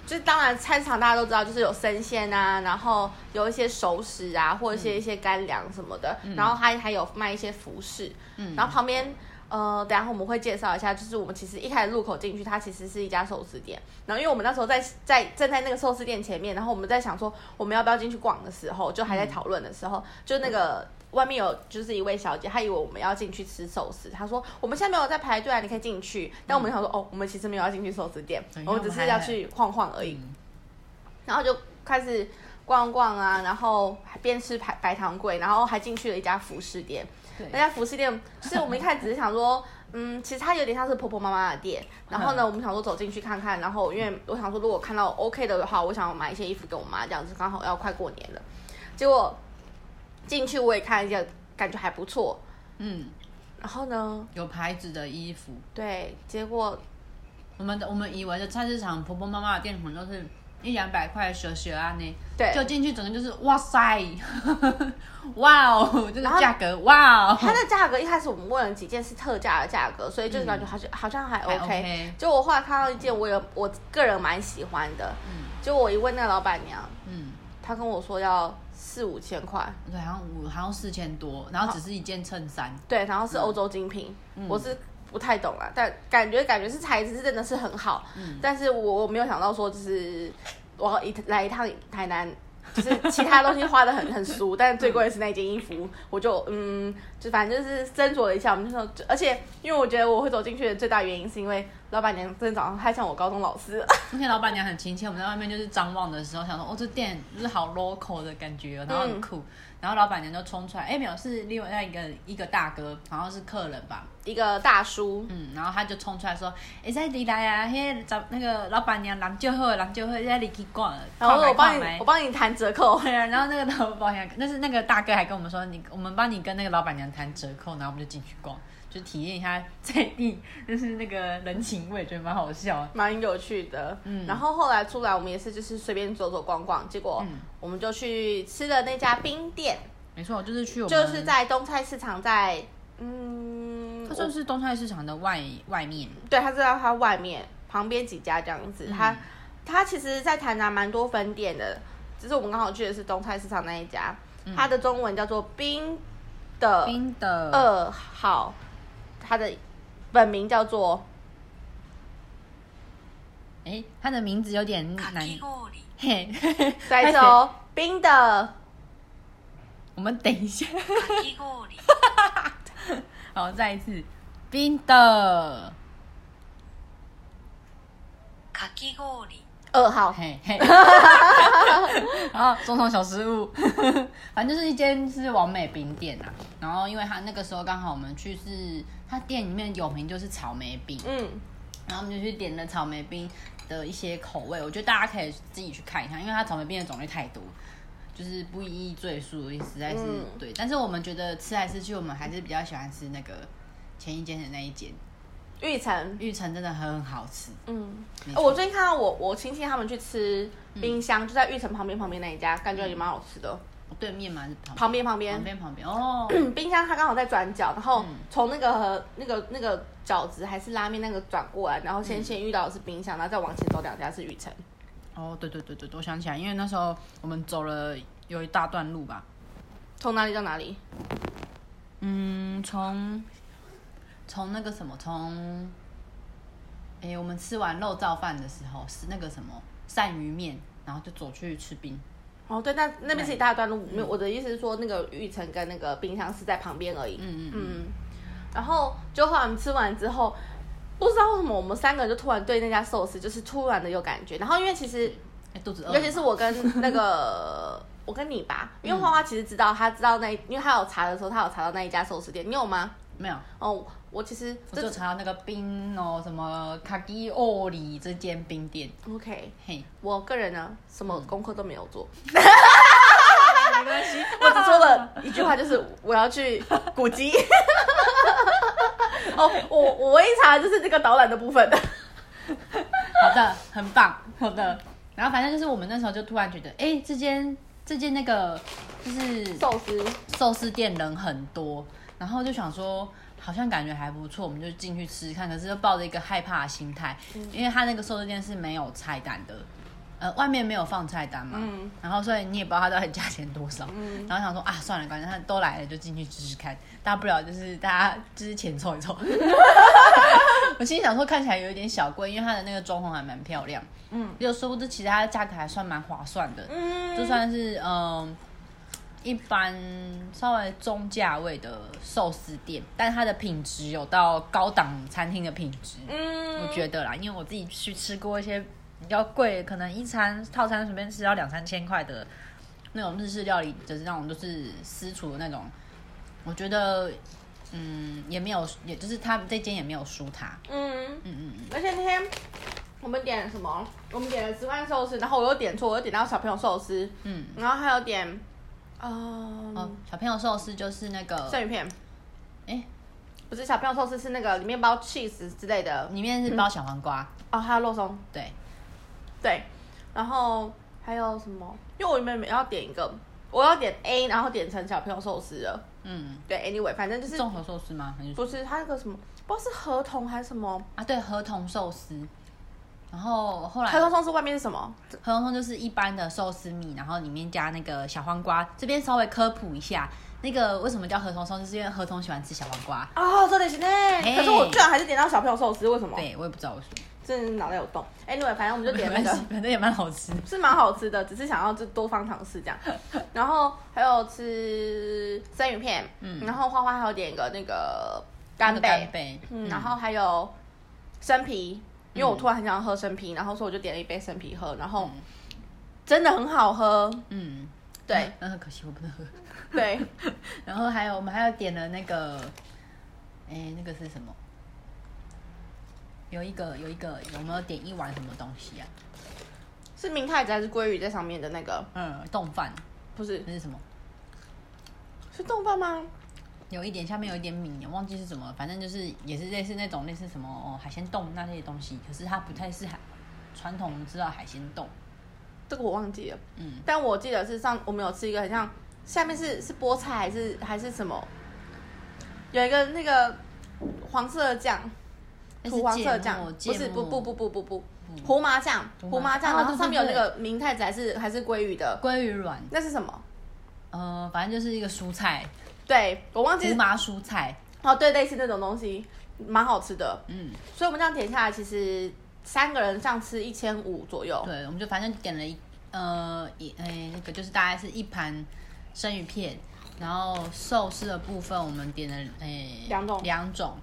S2: 就是当然，菜市场大家都知道，就是有生鲜啊，然后有一些熟食啊，或者一些一些干粮什么的，然后它还有卖一些服饰，
S1: 嗯
S2: 然后旁边呃，等一下我们会介绍一下，就是我们其实一开始入口进去，它其实是一家寿司店。然后因为我们那时候在在站在那个寿司店前面，然后我们在想说我们要不要进去逛的时候，就还在讨论的时候，就那个。外面有就是一位小姐，她以为我们要进去吃寿司，她说我们现在没有在排队啊，你可以进去。但我们想说、哦，我们其实没有要进去寿司店
S1: 嗯，
S2: 我们只是要去晃晃而已。然后就开始逛逛啊，然后边吃白白糖桂，然后还进去了一家服饰店。
S1: 对
S2: 那家服饰店，就是我们一开始只是想说，嗯，其实它有点像是婆婆妈妈的店。
S1: 嗯
S2: 然后呢，我们想说走进去看看，然后因为我想说，如果看到 OK 的话，我想买一些衣服给我妈，这样子刚好要快过年了。结果进去我也看了一下，感觉还不错。
S1: 嗯，
S2: 然后呢，
S1: 有牌子的衣服，
S2: 对，结果
S1: 我们我们以为的菜市场婆婆妈妈的店可能都是一两百块小小啊呢，
S2: 对
S1: 就进去整个就是哇塞， [LAUGHS] 哇哦，这个价格哇
S2: 它
S1: 哦，
S2: 的价格一开始我们问了几件是特价的价格，所以就是感觉好像、好像还 OK。
S1: 嗯还 OK
S2: 就我后来看到一件我有我个人蛮喜欢的，就我一问那个老板娘，
S1: 嗯，
S2: 她跟我说要四五千块，
S1: 对，好像五好像四千多，然后只是一件衬衫，
S2: 对，然后是欧洲精品，我是不太懂啦，但感觉感觉是材质真的是很好，但是我我没有想到说就是我要一来一趟台南。就是其他东西花的很很俗，但是最贵的是那件衣服，我就嗯，就反正就是斟酌了一下，我们就说，就而且因为我觉得我会走进去的最大原因是因为老板娘真的长得太像我高中老师了，
S1: 而且老板娘很亲切，我们在外面就是张望的时候，想说哦，这店就是好 local 的感觉哦，然后很
S2: 嗯
S1: 酷。然后老板娘就冲出来，哎，没有，是另外一个一个大哥，好像是客人吧，
S2: 一个大叔，
S1: 嗯，然后他就冲出来说，哎，在里来啊，嘿，咱那个老板娘人就好，人就好，在里去逛，
S2: 然后我
S1: 逛
S2: 帮
S1: 买
S2: 你
S1: 逛买
S2: 我帮你谈折扣，
S1: 对啊，然后那个老板娘，但是那个大哥还跟我们说，你我们帮你跟那个老板娘谈折扣，然后我们就进去逛，就体验一下在地，就是那个人情味，觉得蛮好笑的。
S2: 蛮有趣的。嗯，然后后来出来，我们也是就是随便走走逛逛，结果
S1: 嗯
S2: 我们就去吃了那家冰店，
S1: 没错，就是去我们
S2: 就是在东菜市场在，嗯，
S1: 它算是东菜市场的外外面，
S2: 我对，它是在它外面旁边几家这样
S1: 嗯
S2: 子。它它其实，在台南蛮多分店的，只是我们刚好去的是东菜市场那一家，它的中文叫做冰的
S1: 嗯冰的
S2: 二号，它的本名叫做
S1: 哎，它的名字有点难
S2: [LAUGHS]
S1: 嘿，
S2: 再
S1: [LAUGHS]
S2: 一次呃哦，冰的
S1: 我们等一下，好，再一次，冰的，
S2: 二号。
S1: 嘿嘿， [LAUGHS] 然后种种小失误， [LAUGHS] 反正就是一间是完美冰店啊。然后因为它那个时候刚好我们去是它店里面有名就是草莓冰，
S2: 嗯，
S1: 然后我们就去点了草莓冰的一些口味，我觉得大家可以自己去看一看，因为它草莓冰的种类太多，就是不一一赘述，实在是、
S2: 嗯
S1: 对。但是我们觉得吃来吃去，我们还是比较喜欢吃那个前一间的那一间，
S2: 玉成，
S1: 玉成真的很好吃。
S2: 嗯，
S1: 没
S2: 哦
S1: 错
S2: 我最近看到我我亲戚他们去吃冰箱，就在玉成旁边旁边那一家，感觉也蛮好吃的。哦
S1: 对面嘛，还是旁
S2: 旁边旁
S1: 旁
S2: 嗯边，
S1: 边旁边哦，
S2: 嗯冰箱它刚好在转角，然后从那个那个那个饺子还是拉面那个转过来，然后先先遇到的是冰箱，然后再往前走两家是玉成。
S1: 哦，对对对对，对我想起来，因为那时候我们走了有一大段路吧，
S2: 从哪里到哪里？
S1: 嗯，从从那个什么，从诶，我们吃完肉燥饭的时候是那个什么鳝鱼面，然后就走去吃冰。
S2: 哦，对，那那边是一大段路，没有我的意思是说，那个玉成跟那个冰箱是在旁边而已。
S1: 嗯嗯嗯，
S2: 嗯，然后就后来我们吃完之后，不知道为什么我们三个就突然对那家寿司就是突然的有感觉。然后因为其实
S1: 哎，肚子饿了
S2: 尤
S1: 吗，
S2: 其是我跟那个我跟你吧，因为花花其实知道，她知道那一，因为她有查的时候，她有查到那一家寿司店，你有吗？
S1: 没有，
S2: 哦，我其实
S1: 我就查到那个冰哦，什么卡基奥里这间冰店，
S2: OK，
S1: 嘿，
S2: 我个人呢，什么功课都没有做，
S1: 嗯 [LAUGHS] 没关系，
S2: [LAUGHS] 我只说了一句话，就是我要去古籍。 [LAUGHS] 哦，我我唯一查的就是这个导览的部分。
S1: 好的，很棒，好的。然后反正就是我们那时候就突然觉得，哎，这间这间那个就是
S2: 寿司，
S1: 寿司店人很多，然后就想说好像感觉还不错，我们就进去吃吃看。可是就抱着一个害怕的心态，
S2: 嗯
S1: 因为他那个寿司店是没有菜单的，呃，外面没有放菜单嘛，
S2: 嗯
S1: 然后所以你也不知道它到底价钱多少。
S2: 嗯，
S1: 然后想说啊，算了，反正他都来了，就进去吃吃看，大不了就是大家就是钱凑
S2: [LAUGHS]
S1: 一凑。我心里想说，看起来有一点小贵，因为它的那个装潢还蛮漂亮，
S2: 嗯，
S1: 就殊不知其实它的价格还算蛮划算的，
S2: 嗯，
S1: 就算是嗯、一般稍微中价位的寿司店，但它的品质有到高档餐厅的品质，
S2: 嗯，
S1: 我觉得啦，因为我自己去吃过一些比较贵，可能一餐套餐随便吃要两三千块的那种日式料理，就是那种就是私厨的那种，我觉得嗯也没有，也就是他们这间也没有输它，
S2: 嗯，
S1: 嗯嗯嗯，
S2: 而且那天我们点什么？我们点了十万寿司，然后我又点错，我又点到小朋友寿司，
S1: 嗯，
S2: 然后还有点，嗯、
S1: 哦，小朋友寿司就是那个
S2: 生鱼片，
S1: 诶
S2: 不是小朋友寿司，是那个里面包 cheese 之类的，
S1: 里面是包小黄瓜，
S2: 哦，还有肉松，
S1: 对，
S2: 对。然后还有什么？因为我原本要点一个，我要点 A，然后点成小朋友寿司了。
S1: 嗯，
S2: 对，anyway，反正就是
S1: 综合寿司吗？还是
S2: 不是它那个什么，不知道是合同还是什么，
S1: 啊？对，合同寿司。然后后来
S2: 合同寿司外面是什么？
S1: 合同就是一般的寿司米，然后里面加那个小黄瓜。这边稍微科普一下，那个为什么叫合同寿司，是因为合同喜欢吃小黄瓜。
S2: 哦，这里是呢。可是我居然还是点到小朋友寿司，为什么？
S1: 对，我也不知道为什么，
S2: 真的是脑袋有洞。Anyway，反正我们就点那
S1: 没关
S2: 个
S1: 系， [LAUGHS] 反正也蛮好吃。
S2: 是蛮好吃的，只是想要就多方尝 [LAUGHS] 试这样。然后还有吃生鱼片，嗯，然后花花还有点一个那个干
S1: 那个
S2: 贝，
S1: 干贝，
S2: 嗯，然后还有生啤，因为我突然很想喝生啤，然后所以我就点了一杯生啤喝，然后
S1: 嗯
S2: 真的很好喝，
S1: 嗯，
S2: 对
S1: 嗯，可惜我不能喝。
S2: 对，
S1: 然后还有我们还有点了那个，哎、那个是什么？有一个有一个有没有点一碗什么东西啊？
S2: 是明太子还是鲑鱼在上面的那个？
S1: 嗯，冻饭
S2: 不是，
S1: 那是什么？
S2: 是冻饭吗？
S1: 有一点下面有一点米，我忘记是什么了，反正就是也是类似那种类似什么、哦、海鲜冻那类的东西，可是它不太是海传统我们知道的海鲜冻，
S2: 这个我忘记了，
S1: 嗯，
S2: 但我记得是上我们有吃一个很像下面是是菠菜还是还是什么，有一个那个黄色的酱，
S1: 那
S2: 土黄色的
S1: 芥
S2: 酱
S1: 末，芥
S2: 不是不
S1: 末嗯
S2: 不不不不不，胡麻酱，
S1: 麻
S2: 胡麻酱，
S1: 哦
S2: 然后
S1: 对
S2: 上面有
S1: 对
S2: 那个明太子还是还是鲑鱼的，
S1: 鲑鱼卵，
S2: 那是什么？
S1: 呃，反正就是一个蔬菜，
S2: 对我忘
S1: 胡
S2: 记
S1: 麻蔬菜，
S2: 哦，对，类似那种东西，蛮好吃的。
S1: 嗯，
S2: 所以我们这样点下来，其实三个人这样吃一千五左右。
S1: 对，我们就反正点了一呃一诶、那个就是大概是一盘生鱼片，然后寿司的部分我们点了诶、
S2: 两种
S1: 两种，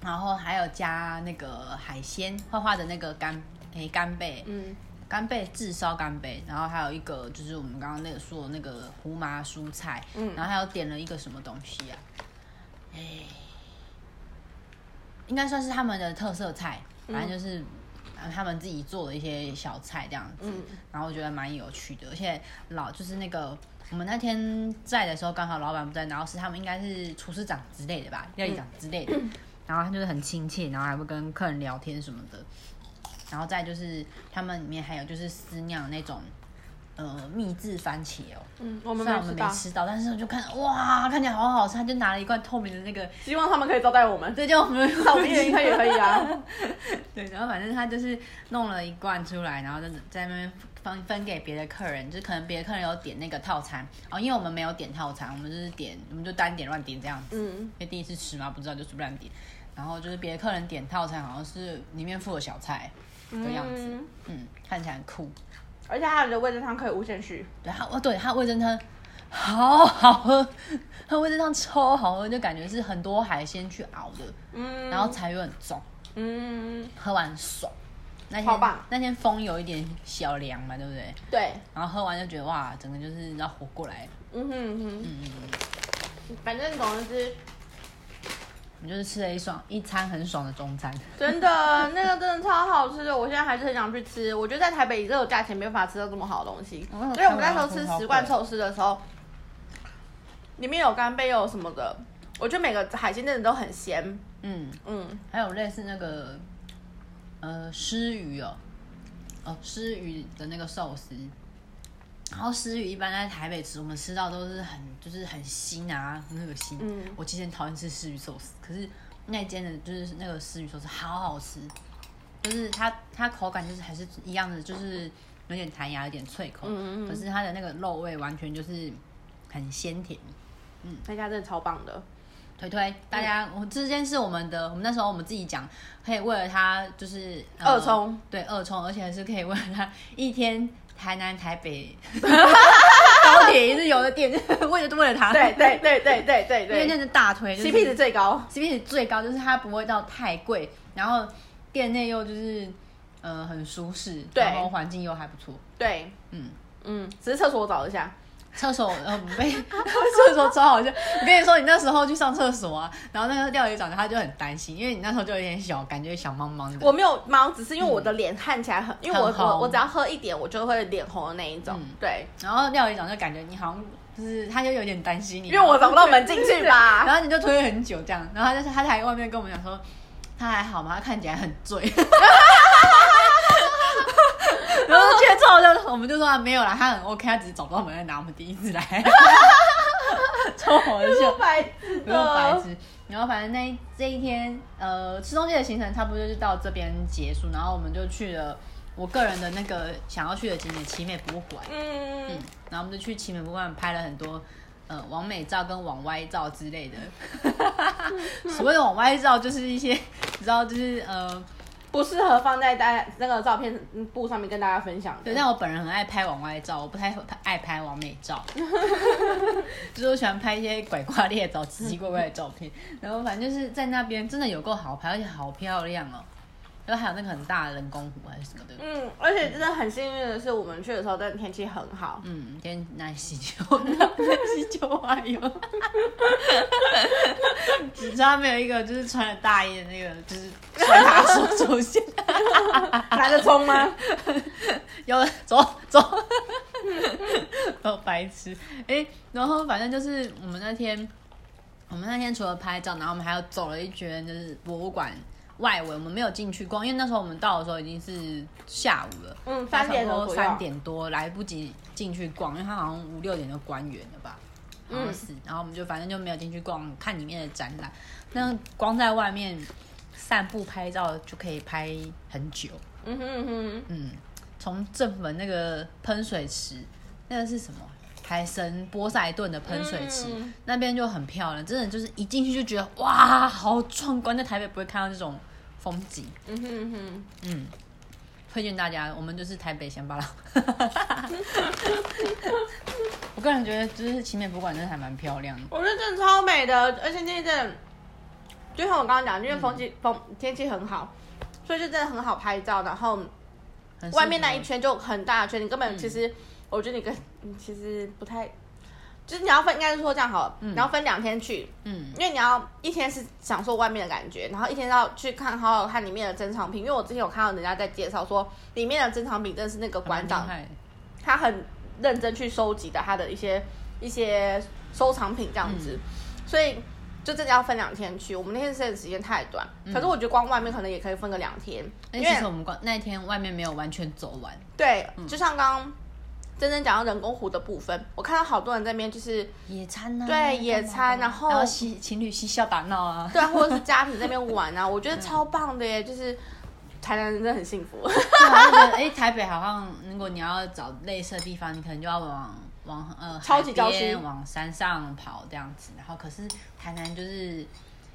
S1: 然后还有加那个海鲜，画画的那个干诶、干贝，
S2: 嗯，
S1: 干贝炙烧干贝，然后还有一个就是我们刚刚那个说的那个胡麻蔬菜，
S2: 嗯
S1: 然后还有点了一个什么东西啊？哎，应该算是他们的特色菜，反正就是呃他们自己做的一些小菜这样子，
S2: 嗯
S1: 然后我觉得蛮有趣的，而且老就是那个。我们那天在的时候，刚好老板不在，然后是他们应该是厨师长之类的吧，料理长之类的，然后他就是很亲切，然后还会跟客人聊天什么的，然后再就是他们里面还有就是私酿那种呃秘制番茄哦，
S2: 嗯，我们
S1: 虽然
S2: 没
S1: 我
S2: 吃
S1: 们
S2: 到
S1: 没，吃到，但是我就看哇，看起来好好吃，他就拿了一罐透明的那个，
S2: 希望他们可以招待我们。
S1: 对，就我们
S2: [LAUGHS] 那哦我们一人一颗也可以啊。
S1: [LAUGHS] 对，然后反正他就是弄了一罐出来，然后在在那边分分给别的客人，就是可能别的客人有点那个套餐哦，因为我们没有点套餐，我们就是点我们就单点乱点这样子，
S2: 嗯，
S1: 因为第一次吃嘛，不知道就随便点，然后就是别的客人点套餐，好像是里面附有小菜的样子，
S2: 嗯
S1: 嗯，看起来很酷。
S2: 而且它的味噌汤可以无限续。
S1: 对它，哦，对它味噌汤好好喝，它味噌汤超好喝，就感觉是很多海鲜去熬的，
S2: 嗯，
S1: 然后柴又很重，
S2: 嗯，
S1: 喝完爽。那
S2: 好
S1: 天
S2: 棒
S1: 那天风有一点小凉嘛，对不对？
S2: 对，
S1: 然后喝完就觉得哇，整个就是要活过来。
S2: 嗯哼嗯
S1: 嗯，
S2: 哼，反正总而言之，
S1: 我们就是吃了一爽一餐很爽的中餐。
S2: 真的那个真的超好吃的，我现在还是很想去吃。我觉得在台北以这个价钱没有办法吃到这么好的东西，
S1: 嗯
S2: 因为我们那时候
S1: 台
S2: 吃
S1: 湾好
S2: 十罐
S1: 贵
S2: 寿司的时候，里面有干贝又有什么的，我觉得每个海鲜真的都很鲜。
S1: 嗯，
S2: 嗯，
S1: 还有类似那个呃狮鱼哦，哦狮鱼的那个寿司。然后狮鱼一般在台北吃，我们吃到都是很就是很腥啊，很恶心。
S2: 嗯
S1: 我其实很讨厌吃狮鱼寿司，可是那间的就是那个狮鱼寿司好好吃，就是它它口感就是还是一样的，就是有点弹牙，有点脆口，
S2: 嗯嗯嗯
S1: 可是它的那个肉味完全就是很鲜甜。
S2: 那家真的超棒 [LAUGHS] 的。
S1: 推推，大家，我这件事我们的，我们那时候我们自己讲，可以为了他就是、呃
S2: 二冲，
S1: 对二冲，而且是可以为了他一天台南台
S2: [LAUGHS]
S1: 北高铁一日游的店， [LAUGHS] 为了为了他，
S2: 对对对对对对
S1: 因为那
S2: 对
S1: 是大推、就是、
S2: ，CP 值最高。
S1: CP 值最高，就是它不会到太贵，然后店内又就是呃很舒适，
S2: 对
S1: 然后环境又还不错，
S2: 对，
S1: 嗯。
S2: 嗯，只是厕所我找一下。
S1: 厕所呃被 [LAUGHS] 厕所超好笑。我跟你说，你那时候去上厕所啊，然后那个料理长他就很担心，因为你那时候就有点小，感觉小茫茫的。
S2: 我没有毛，只是因为我的脸看起来嗯很，因为我
S1: 很
S2: 我
S1: 红
S2: 我只要喝一点，我就会脸红的那一种
S1: 嗯。
S2: 对，
S1: 然后料理长就感觉你好像就是他就有点担心你，
S2: 因为我找不到门进去吧。 [LAUGHS]
S1: 然后你就推很久这样，然后他就是他在外面跟我们讲说 [LAUGHS] 他还好吗？他看起来很醉。然后去厕后就我们就说、啊、没有啦，他很 OK，他只是找不到门在哪，我们第一次来， [LAUGHS] 超好笑。
S2: 白痴
S1: 不用白
S2: 的，
S1: 痴。然后反正那一这一天，呃，吃东西的行程差不多就是到这边结束，然后我们就去了我个人的那个想要去的景点——奇美博物馆。
S2: 嗯，
S1: 然后我们就去奇美博物馆拍了很多呃往美照跟往歪照之类的。所谓的往歪照，就是一些你知道，就是呃，
S2: 不适合放在大家那个照片簿上面跟大家分享
S1: 对，
S2: 的。
S1: 但我本人很爱拍往歪照，我不太爱拍往美照，就是我喜欢拍一些拐瓜裂枣、奇奇怪怪的照片。然后反正就是在那边真的有够好拍，而且好漂亮哦。然后还有那个很大的人工湖还是什么的，
S2: 嗯，而且真的很幸运的是，我们去的时候真的天气很好。 [LAUGHS]
S1: 嗯，跟那喜酒， [LAUGHS] 那喜酒啊有， [LAUGHS] 只差没有一个就是穿着大衣的那个，就是穿插手出现，
S2: 来得冲吗？
S1: [LAUGHS] 有走走，好白痴哎、诶然后反正就是我们那天，我们那天除了拍照，然后我们还有走了一圈，就是博物馆外围，我们没有进去逛，因为那时候我们到的时候已经是下午了，
S2: 嗯，三点
S1: 多
S2: 多，
S1: 三。点多来不及进去逛，因为它好像五六点就关园了吧，好
S2: 嗯
S1: 像是。然后我们就反正就没有进去逛，看里面的展览。那光在外面散步拍照就可以拍很久。
S2: 嗯哼嗯哼，
S1: 嗯，从正门那个喷水池，那个是什么？海神波塞顿的喷水池、
S2: 嗯
S1: 那边就很漂亮，真的就是一进去就觉得哇，好壮观！在台北不会看到这种风景。
S2: 嗯哼嗯哼。
S1: 嗯，推荐大家，我们就是台北乡巴佬。 [LAUGHS] 我个人觉得，就是奇美博物馆真的还蛮漂亮的。
S2: 我觉得真的超美的，而且那一阵，就像我刚刚讲，因为风气风天气很好，所以就真的很好拍照。然后
S1: 很适合
S2: 外面那一，圈就很大的圈，你根本其实，我觉得你跟 [LAUGHS] 你其实不太，就是你要分，应该是说这样好了，你要分两天去，
S1: 嗯
S2: 因为你要一天是享受外面的感觉，然后一天要去看好好看里面的珍藏品。因为我之前有看到人家在介绍说，里面的珍藏品真的是那个馆
S1: 蛮
S2: 长
S1: 厉害的
S2: 他很认真去收集的他的一些一些收藏品这样子，所以就真的要分两天去。我们那天剩的时间太短，可是我觉得光外面可能也可以分个两天，
S1: 但
S2: 因
S1: 其实
S2: 为
S1: 我们逛那一天外面没有完全走完，
S2: 对，就像刚刚真正讲到人工湖的部分，我看到好多人在那边就是
S1: 野餐啊，
S2: 对野餐
S1: 干嘛干嘛
S2: 然后
S1: 然后嬉情侣嬉笑打闹啊，
S2: 对啊， [LAUGHS] 或者是家庭在那边玩啊，我觉得超棒的耶，就是台南人真的很幸 [LAUGHS]
S1: [LAUGHS]
S2: 福。
S1: 对啊就觉得哎，台北好像如果你要找类似的地方，你可能就要往往呃
S2: 超级郊
S1: 海
S2: 区
S1: 边往山上跑这样子。然后可是台南就是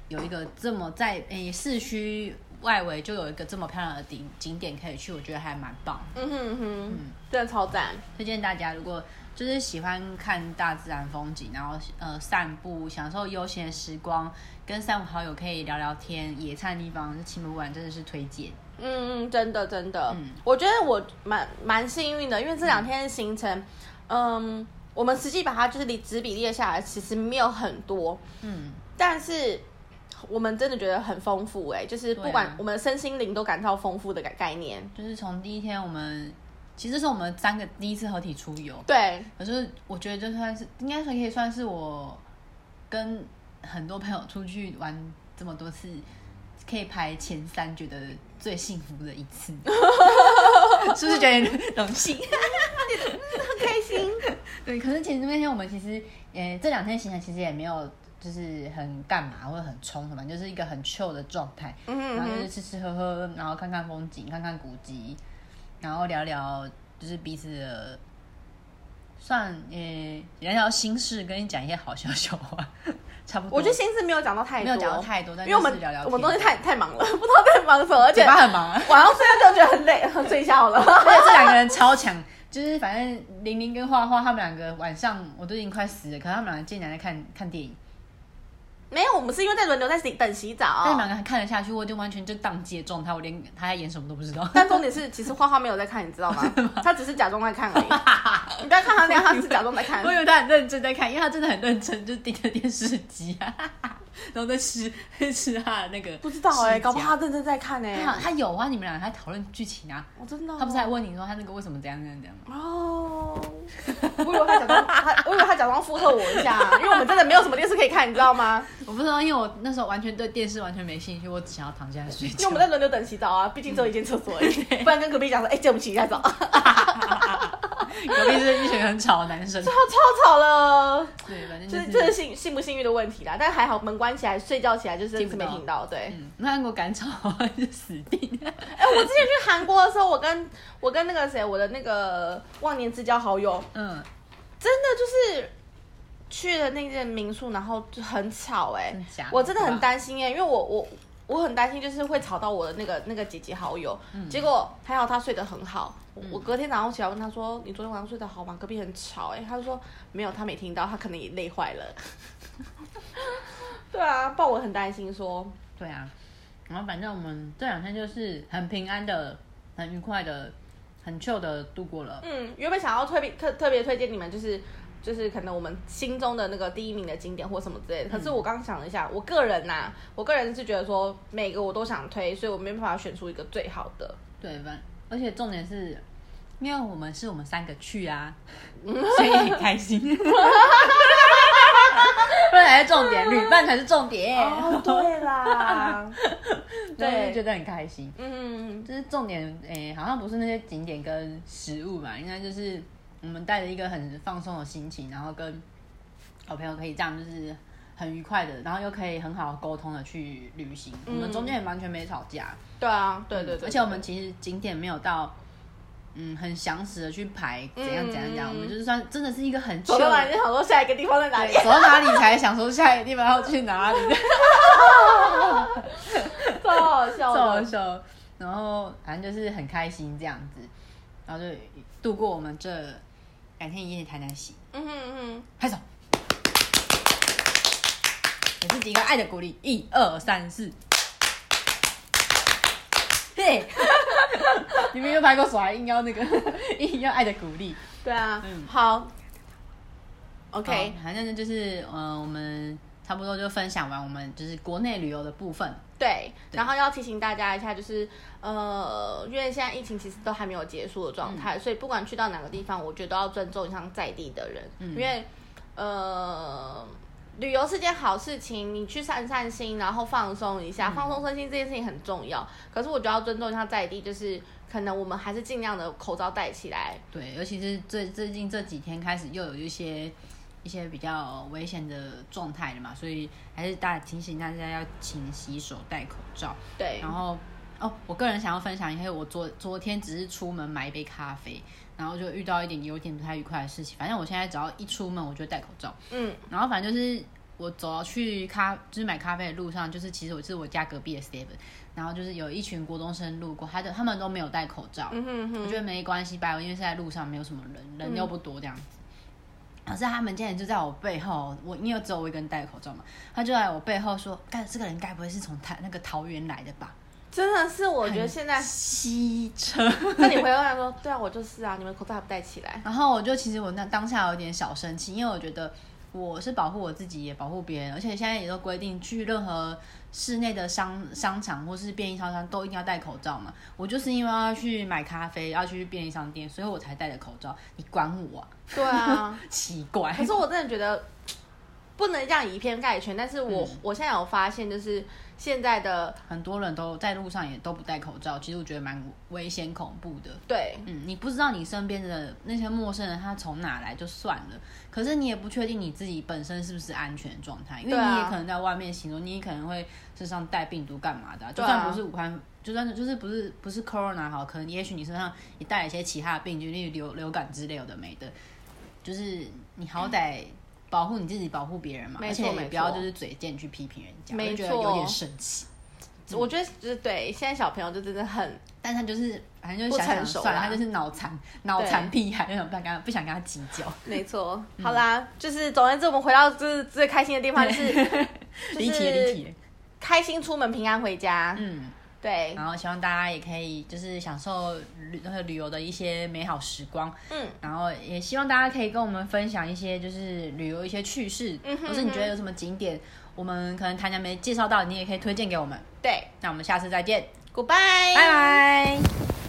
S1: 有一个这么在诶、市区外围就有一个这么漂亮的景景点可以去，我觉得还蛮棒。
S2: 嗯哼嗯哼，真的超赞。
S1: 推荐大家，如果就是喜欢看大自然风景，然后呃散步，享受悠闲时光，跟三五好友可以聊聊天、野餐的地方，青梅馆真的是推荐。
S2: 嗯，嗯，真的真的，我觉得我蛮蛮幸运的，因为这两天的行程，嗯，我们实际把它就是纸笔列下来，其实没有很多，
S1: 嗯，
S2: 但是我们真的觉得很丰富哎、就是不管
S1: 对啊
S2: 我们身心灵都感到丰富的概概念，
S1: 就是从第一天我们其实是我们三个第一次合体出游，
S2: 对，
S1: 可是我觉得就算是应该算可以算是我跟很多朋友出去玩这么多次，可以排前三，觉得最幸福的一次， [LAUGHS] 是不是觉得有点荣幸？
S2: [LAUGHS] 很开心，
S1: [LAUGHS] 对，可是其实那天我们其实，呃，这两天行程其实也没有就是很干嘛或者很冲什么，就是一个很 chill 的状态，
S2: 嗯哼
S1: 然后就
S2: 嗯
S1: 是吃吃喝喝，然后看看风景，看看古迹，然后聊聊就是彼此的。算呃，聊聊心事，跟你讲一些好笑笑话， [LAUGHS] 差不多。
S2: 我觉得心思没有讲到太多，
S1: 没有讲到太多，但
S2: 因为我
S1: 就是
S2: 们
S1: 聊聊天，
S2: 我们东西太太忙了，不知道在忙什么，而且
S1: 嘴巴很忙啊。
S2: 晚上睡觉就觉得很累，睡一下好
S1: [LAUGHS]
S2: 了。
S1: 而且这两个人超强，就是反正玲玲跟花花他们两个晚上我都已经快死了，可是他们两个竟然在看看电影。
S2: 没有，我们是因为在轮流在洗等洗澡，
S1: 但两个人看得下去，我就完全就宕机的状态，我连他在演什么都不知道。 [LAUGHS]
S2: 但重点是，其实花花没有在看，你知道吗？他只是假装在看
S1: [LAUGHS]
S2: 而已。你不要看他那样，他是假装在看
S1: 我。以为他很认真在看，因为他真的很认真，就盯着电视机啊，然后在吃吃他的那个。
S2: 不知道哎、搞不好
S1: 他
S2: 他认真在看哎、
S1: 他他有啊，你们俩还讨论剧情啊。
S2: 我真的哦、
S1: 他不是还问你说他那个为什么这样这样这样吗？
S2: 哦。我以为他假装，他 [LAUGHS] 我以为他假装附和我一下，啊因为我们真的没有什么电视可以看，你知道吗？
S1: 我不知道，因为我那时候完全对电视完全没兴趣，我只想要躺下来睡
S2: 因为
S1: 觉 [LAUGHS]
S2: 我们。在轮流等洗澡啊，毕竟只有一间厕所而已，不然跟隔壁讲说，哎、借我们洗一下澡。
S1: 隔壁是一群很吵的男 [LAUGHS] 生。
S2: 超吵了，
S1: 对，反正
S2: 这
S1: 就
S2: 这
S1: 是
S2: 是这是幸幸不幸运的问题啦。但还好门关起来，睡觉起来就是
S1: 听
S2: 一
S1: 不
S2: 直没
S1: 到
S2: 听到。对，
S1: 嗯，那韩国赶吵 [LAUGHS] 就死定了。
S2: 哎、我之前去韩国的时候，我跟我跟那个谁，我的那个忘年之交好友，
S1: 嗯，
S2: 真的就是去了那间民宿，然后就很吵哎、
S1: 真假
S2: 我真的
S1: 对
S2: 很
S1: 吧
S2: 担心哎、因为我我我很担心就是会吵到我的那个那个姐姐好友，
S1: 嗯
S2: 结果还好她睡得很好。我我隔天早上起来问她说：“你昨天晚上睡得好吗？隔壁很吵哎、她就说：“没有，她没听到，她可能也累坏了。” [LAUGHS] 对啊，不然我很担心说，
S1: 对啊，然后反正我们这两天就是很平安的、很愉快的、很 chill 的度过了。
S2: 嗯，原本想要特别特特别推荐你们，就是就是可能我们心中的那个第一名的景点或什么之类
S1: 嗯
S2: 的。可是我刚想了一下，我个人呐、我个人是觉得说每个我都想推，所以我没办法选出一个最好的。
S1: 对，反而且重点是，因为我们是我们三个去
S2: [LAUGHS]
S1: 啊，所以很开心。 [LAUGHS] 不然才是重点，旅伴才是重点。 [LAUGHS]
S2: 哦，对啦，
S1: 对，
S2: [LAUGHS] 对
S1: 就觉得很开心。
S2: 嗯，
S1: 就是重点，诶、好像不是那些景点跟食物嘛，应该就是我们带着一个很放松的心情，然后跟好朋友可以这样，就是很愉快的，然后又可以很好沟通的去旅行。我们
S2: 嗯
S1: 中间也完全没吵架，
S2: 对啊，对对
S1: 嗯
S2: 对
S1: 而且我们其实景点没有到。嗯，很详实的去排怎样怎样怎样，
S2: 嗯
S1: 我们就是算真的是一个很 chill
S2: 走到哪
S1: 的
S2: 里就想说下一个地方
S1: [LAUGHS]
S2: 在哪里
S1: 对，走到哪里才想说下一个地方要去哪
S2: [LAUGHS]
S1: 里，
S2: 超好笑
S1: 超好
S2: 的。
S1: 笑。然后反正就是很开心这样子，然后就度过我们这两天一夜的台南行。
S2: 嗯哼嗯
S1: 拍手，给自己一个爱的鼓励，一二三四。嘿， [LAUGHS] 你们有拍过手，还硬要那个， [LAUGHS] 硬要爱的鼓励。
S2: 哼，对啊，
S1: 嗯
S2: 好，OK，
S1: 好反正就是，嗯、我们差不多就分享完我们就是国内旅游的部分。
S2: 对，然后要提醒大家一下，就是呃，因为现在疫情其实都还没有结束的
S1: 嗯
S2: 状态，所以不管去到哪个地方，我觉得都要尊重一下在地的人，
S1: 嗯
S2: 因为呃，旅游是件好事情，你去散散心，然后放松一
S1: 嗯
S2: 下，放松身心这件事情很重要。可是我觉得要尊重一下在地，就是可能我们还是尽量的口罩戴起来，
S1: 对，尤其是最最近这几天开始又有一些一些比较危险的状态了嘛，所以还是大家提醒大家要勤洗手、戴口罩。
S2: 对
S1: 然，后哦，我个人想要分享一下，我昨昨天只是出门买一杯咖啡，然后就遇到一点有点不太愉快的事情。反正我现在只要一出门，我就戴口罩。
S2: 嗯
S1: 然后反正就是我走去咖，就是买咖啡的路上，就是其实我是我家隔壁的 Seven，然后就是有一群国中生路过，他的他们都没有戴口罩，
S2: 嗯哼嗯
S1: 我
S2: 哼，
S1: 觉得没关系吧，因为是在路上没有什么人，人又不多这样子。可是他们竟然就在我背后，我因为只有我一个人戴口罩嘛，他就在我背后说：“干，这个人该不会是从台那个桃园来的吧
S2: 真的是我觉得现？”在，
S1: 西车。 [LAUGHS]
S2: 那你回头来说，对啊，我就是啊，你们口罩还不戴起来，
S1: 然后我就其实我那当下有点小生气，因为我觉得我是保护我自己，也保护别人，而且现在也都规定去任何室内的商商场或是便利超商都一定要戴口罩嘛。我就是因为要去买咖啡，要去便利商店，所以我才戴的口罩。你管我啊？ [LAUGHS]
S2: 对啊。
S1: 奇怪
S2: 可。是我真的觉得不能这样以偏概全，但是我、我现在有发现，就是现在的
S1: 很多人都在路上也都不戴口罩，其实我觉得蛮危险恐怖的。
S2: 对
S1: 嗯，你不知道你身边的那些陌生人他从哪来就算了，可是你也不确定你自己本身是不是安全的状态，因为
S2: 对啊
S1: 你也可能在外面行动，你也可能会身上带病毒干嘛的啊、就
S2: 对啊
S1: 算不是武汉，就算就是不是不是 corona 好，可能也许你身上也带了一些其他的病菌，例如流流感之类有的没的，就是你好歹。保护你自己，保护别人嘛，
S2: 没
S1: 而
S2: 错
S1: 且也
S2: 没
S1: 不要
S2: 错
S1: 就是嘴贱去批评人家，
S2: 没
S1: 我就觉得有
S2: 错
S1: 点生气。
S2: 我觉得就是对现在小朋友就真的很
S1: 但他就是反正就
S2: 不
S1: 是想想
S2: 成熟
S1: 算了，
S2: 啦
S1: 他就是脑残脑
S2: 对
S1: 残屁孩，那种不想跟他不想跟他计较。
S2: 没错。好啦，就是总而言之，我们回到就是最开心的地方 [LAUGHS] 就是
S1: 离题
S2: 就是
S1: 离题，
S2: 开心出门，平安回家。
S1: 嗯，
S2: 对，
S1: 然后希望大家也可以就是享受旅那个旅游的一些美好时光，
S2: 嗯，
S1: 然后也希望大家可以跟我们分享一些就是旅游一些趣事，
S2: 嗯哼
S1: 或是你觉得有什么景点，我们可能谈谈没介绍到，你也可以推荐给我们。
S2: 对
S1: 那我们下次再见，
S2: ，Goodbye，
S1: 拜拜。